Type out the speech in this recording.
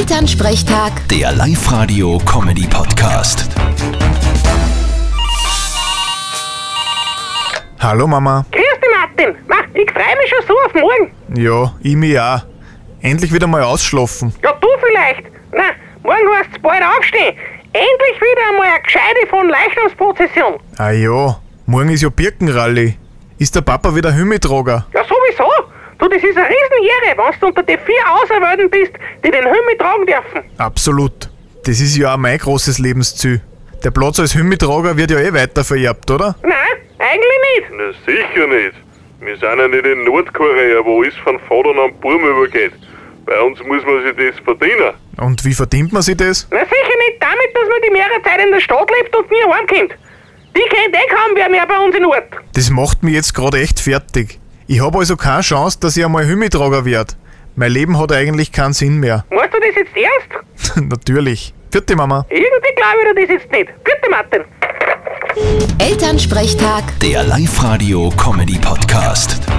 Elternsprechtag, Der Live-Radio-Comedy-Podcast. Hallo Mama. Grüß dich, Martin. Ma, ich freue mich schon so auf morgen. Ja, ich mich auch. Endlich wieder mal ausschlafen. Ja, du vielleicht. Na, morgen heißt's bald aufstehen. Endlich wieder einmal eine gescheite von Leichnamsprozession. Ah ja, morgen ist ja Birkenrallye. Ist der Papa wieder Hümmitrager? Ja, sowieso. Du, das ist eine Riesenehre, wenn du unter die vier Auserwählten bist, die den Himmel tragen dürfen. Absolut. Das ist ja auch mein großes Lebensziel. Der Platz als Hümmitrager wird ja eh weiter vererbt, oder? Nein, eigentlich nicht. Na sicher nicht. Wir sind ja nicht in Nordkorea, wo alles von Vater an Burm übergeht. Bei uns muss man sich das verdienen. Und wie verdient man sich das? Na, sicher nicht damit, dass man die mehrere Zeit in der Stadt lebt und nie heimkommt. Die kennt eh kaum wer mehr bei uns in Ort. Das macht mich jetzt gerade echt fertig. Ich habe also keine Chance, dass ich einmal Hümmitrager werd. Mein Leben hat eigentlich keinen Sinn mehr. Meinst du das jetzt ernst? Natürlich. Vierte Mama. Irgendwie glaube ich dir das jetzt nicht. Bitte, Martin. Elternsprechtag. Der Live-Radio-Comedy-Podcast.